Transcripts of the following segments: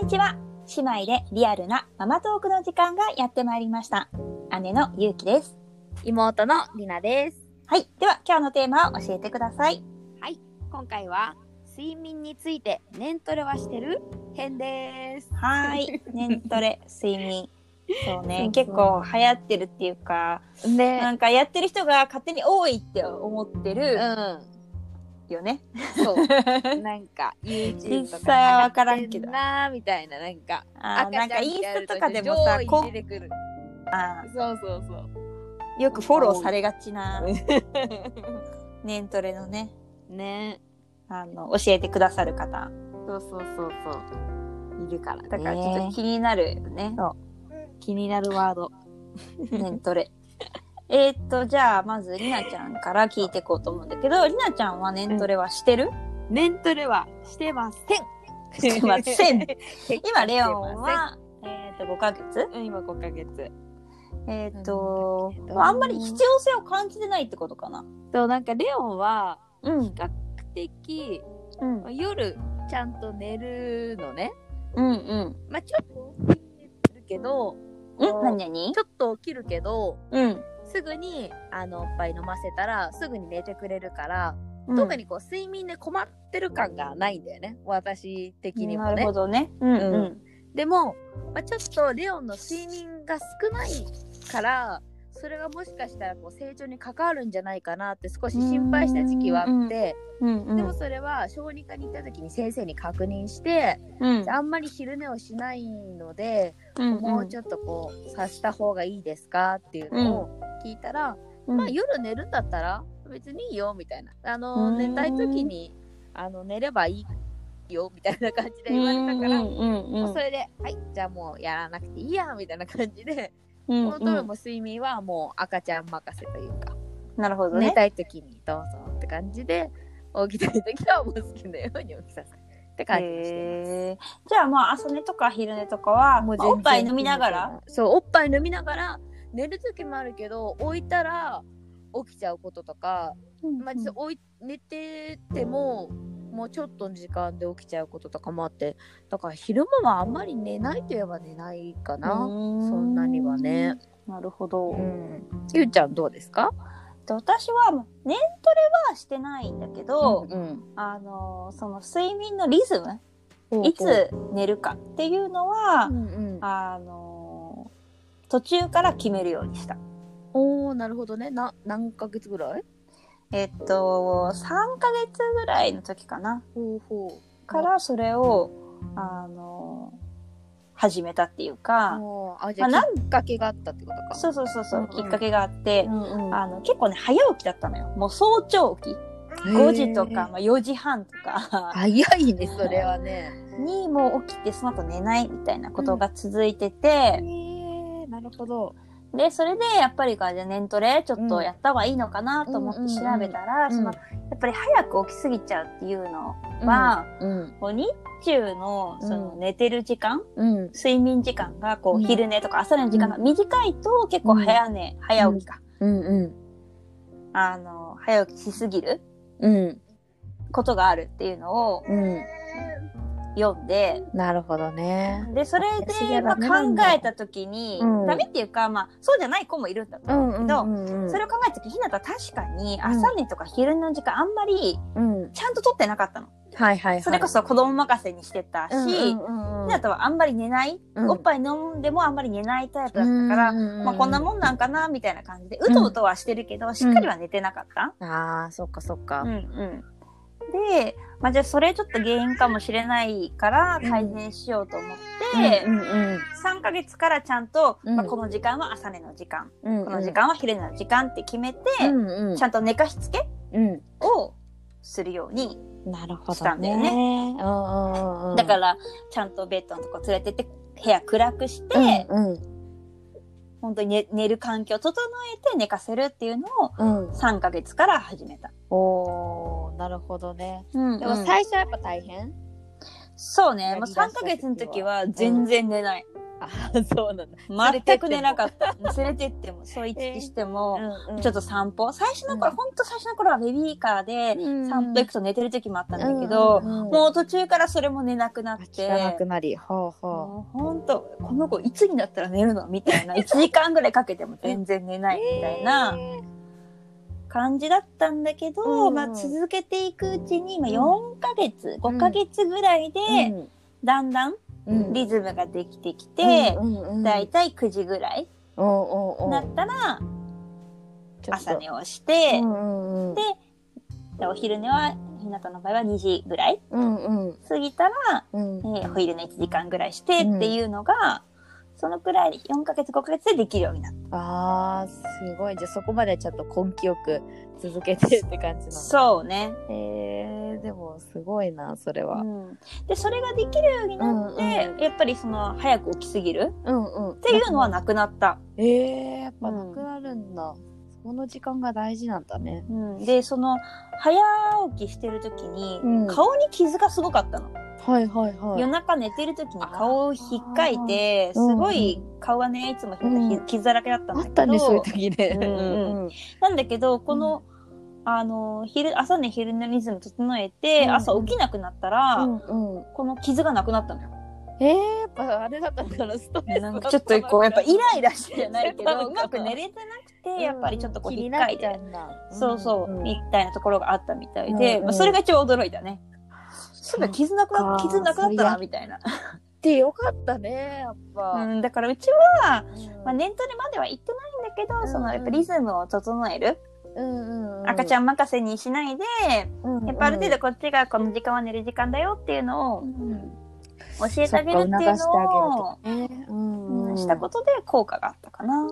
にちは姉妹でリアルなママトークの時間がやってまいりました姉のゆうきです妹のりなですはいでは今日のテーマを教えてください今回は睡眠について年トレはしてる編ですはー い年トレ睡眠そうねそうそう結構流行ってるっていうかなねんかやってる人が勝手に多いって思ってうるんよね、そう なんか YouTube と実か際はわからんけど流行ってなーみたいななんかあーなんかインスタとかでも赤さちゃんこってやると上位に出てくるあそうそうそうーよくフォローされがち なうん年トレのねねあの教えてくださる方そうそうそうそういるからねだからちょっと気になるよね気になるワード年トレえーっとじゃあまずりなちゃんから聞いていこうと思うんだけどりなちゃんは年トレはしてる、年トレはしてませ んしてま せん結構今レオンしてませんは、えーっと5ヶ月うん今5ヶ月えーっとうんまああんまり必要性を感じてないってことかなそうなんかレオンはうん比較的うん夜ちゃんと寝るのねうんうんまあちょっと起きるけどうん何々ちょっと起きるけどうん、すぐにあのおっぱい飲ませたらすぐに寝てくれるから、うん特にこう睡眠で困ってる感がないんだよね私的にもなるねほどねうんうんでも、まあ、ちょっとレオンの睡眠が少ないからそれがもしかしたらこう成長に関わるんじゃないかなって少し心配した時期はあって、うんうでもんそれは小児科に行った時に先生に確認して、うんあんまり昼寝をしないので、もうちょっとこうさした方がいいですかっていうのを聞いたら、うんまあ夜寝るんだったら別にいいよみたいなあのうん寝たい時にあの寝ればいいよみたいな感じで言われたから、うんうんうんもうそれではいじゃあもうやらなくていいやみたいな感じで、うんこのトロも睡眠はもう赤ちゃん任せというか、なるほど寝ねたい時にどうぞって感じで起きたい時はもう好きなように起きさせるって感じにしてます。へーじゃあまあ朝寝とか昼寝とかはもう全まあ然おっぱい飲みながらそうおっぱい飲みながら寝る時もあるけど置いたら起きちゃうこととか、まあ、実は置い寝ててももうちょっとの時間で起きちゃうこととかもあってだから昼間はあんまり寝ないといえば寝ないかな、そそんなにはね、なるほど、うん、ゆうちゃんどうですかで私はまあ年トレはしてないんだけど、うんあのーその睡眠のリズムうんいつ寝るかっていうのは、うんうん、あのー途中から決めるようにしたおおなるほどねな何ヶ月ぐらいえっと3ヶ月ぐらいの時かなほうほからそれを、あのー始めたっていうか、もうあじゃあ、まあきっかけがあったってことかそうそうそうそう、うんうんきっかけがあって、んあの結構ね早起きだったのよもう早朝起き5時とか、まあ、4時半とか早いねそれはね。にもう起きてその後寝ないみたいなことが続いてて、えなるほど。でそれでやっぱりかじゃあ年トレちょっとやった方がいいのかなと思ってうん調べたら、うんうんそのやっぱり早く起きすぎちゃうっていうのは、うんこう日中のそのうん寝てる時間、うん睡眠時間がこううん昼寝とか朝寝の時間が短いと結構早寝、早起きか、うんあの早起きしすぎるうんことがあるっていうのをうん読んで、なるほどね。で、それ私がで、まあ、ダメな考んだえたときに、うんダメっていうか、まあ、そうじゃない子もいるんだと思うけど、んそれを考えたとき、ひなた確かに朝寝とか昼寝の時間あんまりうんちゃんと取ってなかったの。はいはいはい。それこそ子供任せにしてたし、うんひうんうんなたはあんまり寝ない、うんおっぱい飲んでもあんまり寝ないタイプだったから、うんまあこんなもんなんかなみたいな感じで、うとうとはしてるけど、しっかりは寝てなかった。ああそっかそっか。うんうんで、まあ、じゃあそれちょっと原因かもしれないからうん改善しようと思って、うんうん3ヶ月からちゃんと、うんまあ、この時間は朝寝の時間、うんこの時間は昼寝の時間って決めて、うんうんちゃんと寝かしつけうんをするように、なるほしたどんだね。ようねんうんうんだからちゃんとベッドのとこ連れてって部屋暗くして、うんうん本当に寝寝る環境を整えて寝かせるっていうのをうん3ヶ月から始めた。おーなるほどね。うんでも最初はやっぱ大変。そうね、もうやりだ3したヶ時は月の時は全然寝ない。あそうなんだ、全く寝なかった。連れてって も、そう行き来しても、うんうんちょっと散歩。最初の頃、うんほんと最初の頃はベビーカーでうん散歩行くと寝てる時もあったんだけど、うんうんうんもう途中からそれも寝なくなっ聞かなてく、なりほうほもうほんと、この子いつになったら寝るのみた いな、1時間ぐらいかけても全然寝なういみたいな感じだったんだけど、うんまあ続けていくうちに、今うん4ヶ月、5ヶ月ぐらいで、で、だんだんうん、リズムができてきて、うんうんうん、だいたい9時ぐらいおうおうおうなったらちょっと朝寝をして、うんうんうんででお昼寝はひなたの場合は2時ぐらいうんうん過ぎたら、うんえーお昼寝1時間ぐらいしてっていうのが、そのくらい4ヶ月5ヶ月でできるようになった。あーすごいじゃあそこまでちょっと根気よく続けてって感じなのそうね、へえー、でもすごいなそれうは、ん、でそれができるようになって、うんうやっぱりその早く起きすぎるうんうん、っっていうのはなくなった。えー、やっぱうなんくなるんだ、その時間が大事なんだねうん、でその早起きしてる時に、うん顔に傷がすごかったの。はいはいは夜中寝てる時に顔をひっかいてすうんごい顔がねいつもひなたうん傷だらけだったんだあっけどたねそういう時ねうんうんなんだけどこの、あの昼朝寝昼寝リズム整えて、うん朝起きなくなったら、うんうんこの傷がなくなったのよ。えー、やっぱあれだったのかなストレスなんかちょっとこうやっぱイライラしてじゃ ないけそうどなのうかなまく寝れてなくてやっぱりちょっとこうひっかかいて。んだそうそう、んみたいなところがあったみたいで、うんうんまあ、それが一番驚いたね。そういえば傷なくなっそっか傷なくなったそりなゃみたいな。ってよかったねやっぱ、うん、だからうちはまあ、年トレまでは行ってないんだけど、うんそのやっぱリズムを整える、うんうん、赤ちゃん、ん任せにしないで、うんうんやっぱある程度こっちがこの時間は寝る時間だよっていうのうをん教えてあげるっていうのを、ねううんんうん、したことで効果があったかな。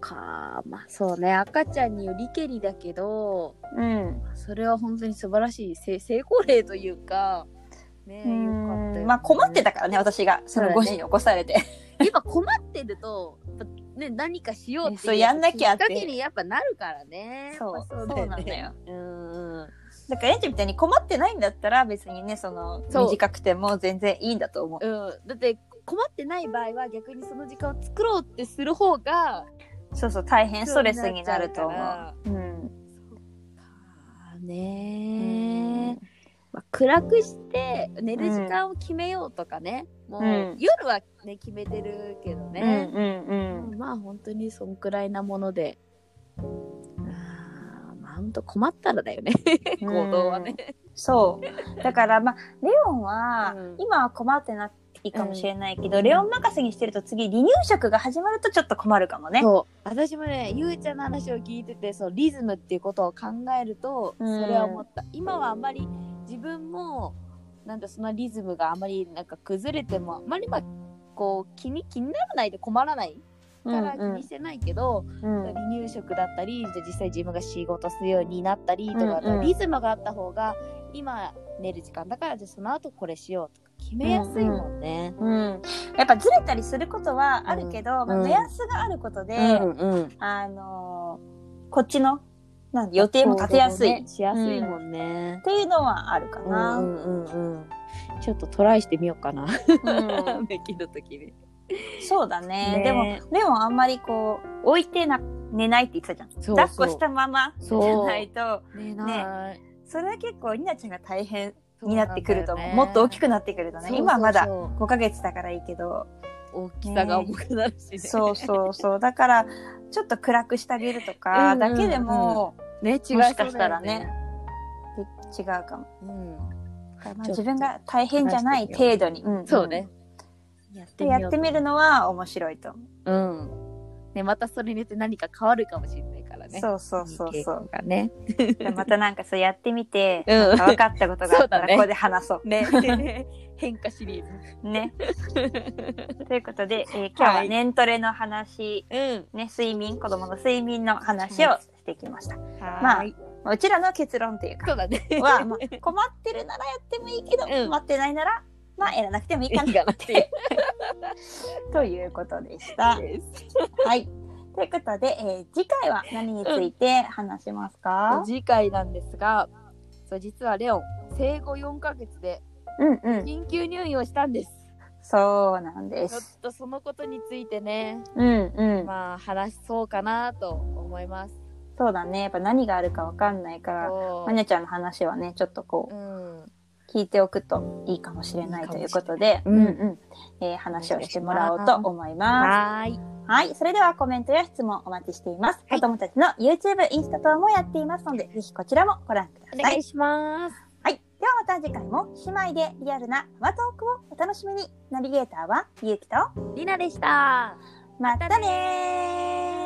かまあそうね赤ちゃんによりけりだけどうん。それは本当に素晴らしいせ成功例というかねうよかったよんねまあ困ってたからね、私がその5時に起こされて。 今困ってるとやっぱね何かしようっていうそうやんなきゃってきっかけにやっぱなるからねそうやっぱそうだよなんだねよ。うんうんだからエンジみたいに困ってないんだったら別にね、そのそう短くても全然いいんだと思う。うんだって困ってない場合は逆にその時間を作ろうってする方がそうそう、大変ストレスになると思あう。うん。ーねーまあ、暗くして寝る時間を決めようとかね、んもうんう夜はね決めてるけどうんね、うんうん。まあ本当にそんくらいなものであーまあ本当困ったらだよね行動はね、そう。だから、まあ、レオンは、うん今は困ってないかもしれないけど、うんレオン任せにしてると次、離乳食が始まるとちょっと困るかもね。そう私もねゆうちゃんの話を聞いててそうリズムっていうことを考えるとそうんれは思った、今はあんまり自分もなんだそのリズムがあまりなんか崩れてもあんまりまあこう気に気にならないで困らないから気にしてないけど、うんうん離乳食だったりじゃあ実際自分が仕事するようになったりとか、うんうんリズムがあった方が今寝る時間だからじゃあその後これしようとか決めやすいもんね。うん、やっぱずれたりすることはあるけど、まあ、うん目安があることで、うんあのーこっちのなん予定も立てやすい、行動もねしやすいもんねっ。ていうのはあるかうな。んうんうんうんちょっとトライしてみようかな。うんできる時に。そうだねねでもレオンあんまりこう置いてな寝ないって言ってたじゃん。そうそう抱っこしたままじゃそうないとねない。それは結構りなちゃんが大変そうにななんだよねってくると思う、もっと大きくなってくるとねそうそうそう今はまだ5ヶ月だからいいけど大きさが重くなるしね。そうそうそうだからちょっと暗くしてあげるとかだけでもね違いそうもだよしかしたらね。違うかも、うん。まあ、ちょっと自分が大変じゃない程度に、んそうね。やっでやってみるのは面白いと思う、うん。ね、またそれによって何か変わるかもしれないからね。そうそうそうそいい傾向がね。うでまたなんかそうやってみ て、うんなんか分かったことがあったそうだらねここで話そうね。変化シリーズ。ねということで、えー今日は年トレの話、うん。ね、睡眠子供の睡眠の話をしてきました。まあ、まあうちらの結論というそかうだね。は、 まあ、困ってるならやってもいいけど、うん困ってないならまあやらなくてもいいかいいなかなっていう ということでした。はいということで、えー次回は何について話しますか、次回なんですが、そう、実はレオン、生後4ヶ月でうんうん、緊急入院をしたんです。そうなんでちょっす。とそのことについてね、うんうん。まあ話そうかなと思います。そうだね。やっぱ何があるかわかんないから、そまうねちゃんの話はね、ちょっとこうん、う、聞いておくといいかもしれないいいかともしいれないうことで、うんうんえー話をしてもらおうと思います。はーい。はい。それではコメントや質問お待ちしています。はい子供たちの YouTube、インスタ等もやっていますので、ぜひこちらもご覧くだおさ願い。いします。はい。ではまた次回も姉妹でリアルなママトークをお楽しみに。ナビゲーターはゆうきと、りなでした。またねー